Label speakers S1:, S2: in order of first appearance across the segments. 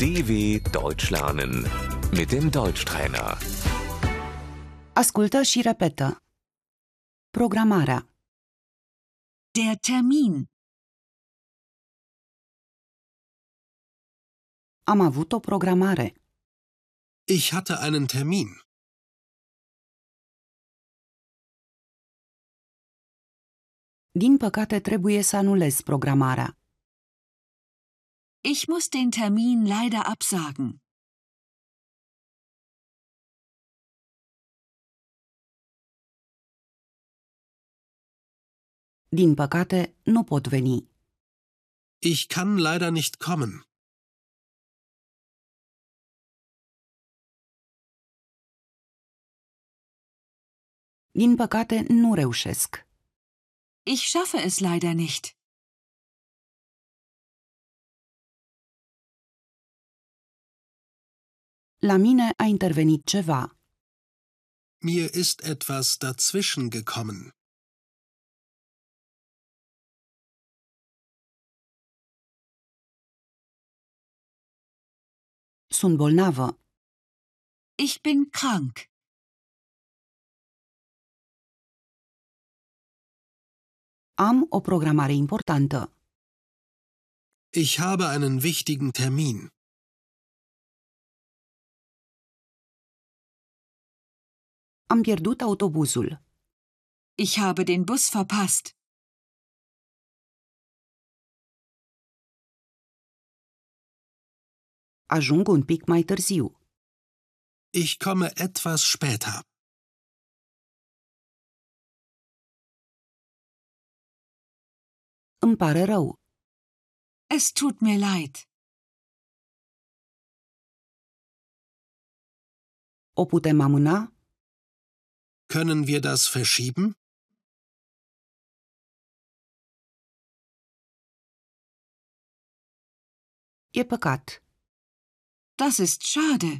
S1: DW Deutsch lernen mit dem Deutschtrainer.
S2: Ascultă și repetă. Programarea.
S3: Der Termin.
S2: Am avut o programare.
S4: Ich hatte einen Termin.
S2: Din păcate trebuie să anulez programarea.
S3: Ich muss den Termin leider absagen.
S2: Din păcate nu pot veni.
S4: Ich kann leider nicht kommen.
S2: Din păcate nu reușesc.
S3: Ich schaffe es leider nicht.
S2: La mine a intervenit ceva.
S4: Mir ist etwas dazwischen gekommen.
S2: Sunt bolnavă.
S3: Ich bin krank.
S2: Am o programare importantă.
S4: Ich habe einen wichtigen Termin.
S2: Am pierdut autobuzul.
S3: Ich habe den Bus verpasst.
S2: Ajung un pic mai târziu.
S4: Ich komme etwas später.
S2: Îmi pare rău.
S3: Es tut mir leid.
S2: O putem amâna?
S4: Können wir das verschieben?
S2: E păcat.
S3: Das ist schade.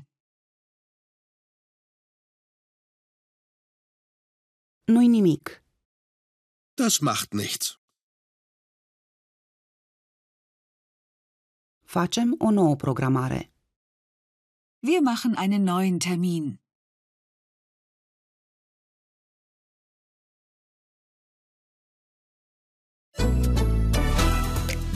S2: Nu-i nimic.
S4: Das macht nichts.
S2: Facem o nouă programare.
S3: Wir machen einen neuen Termin.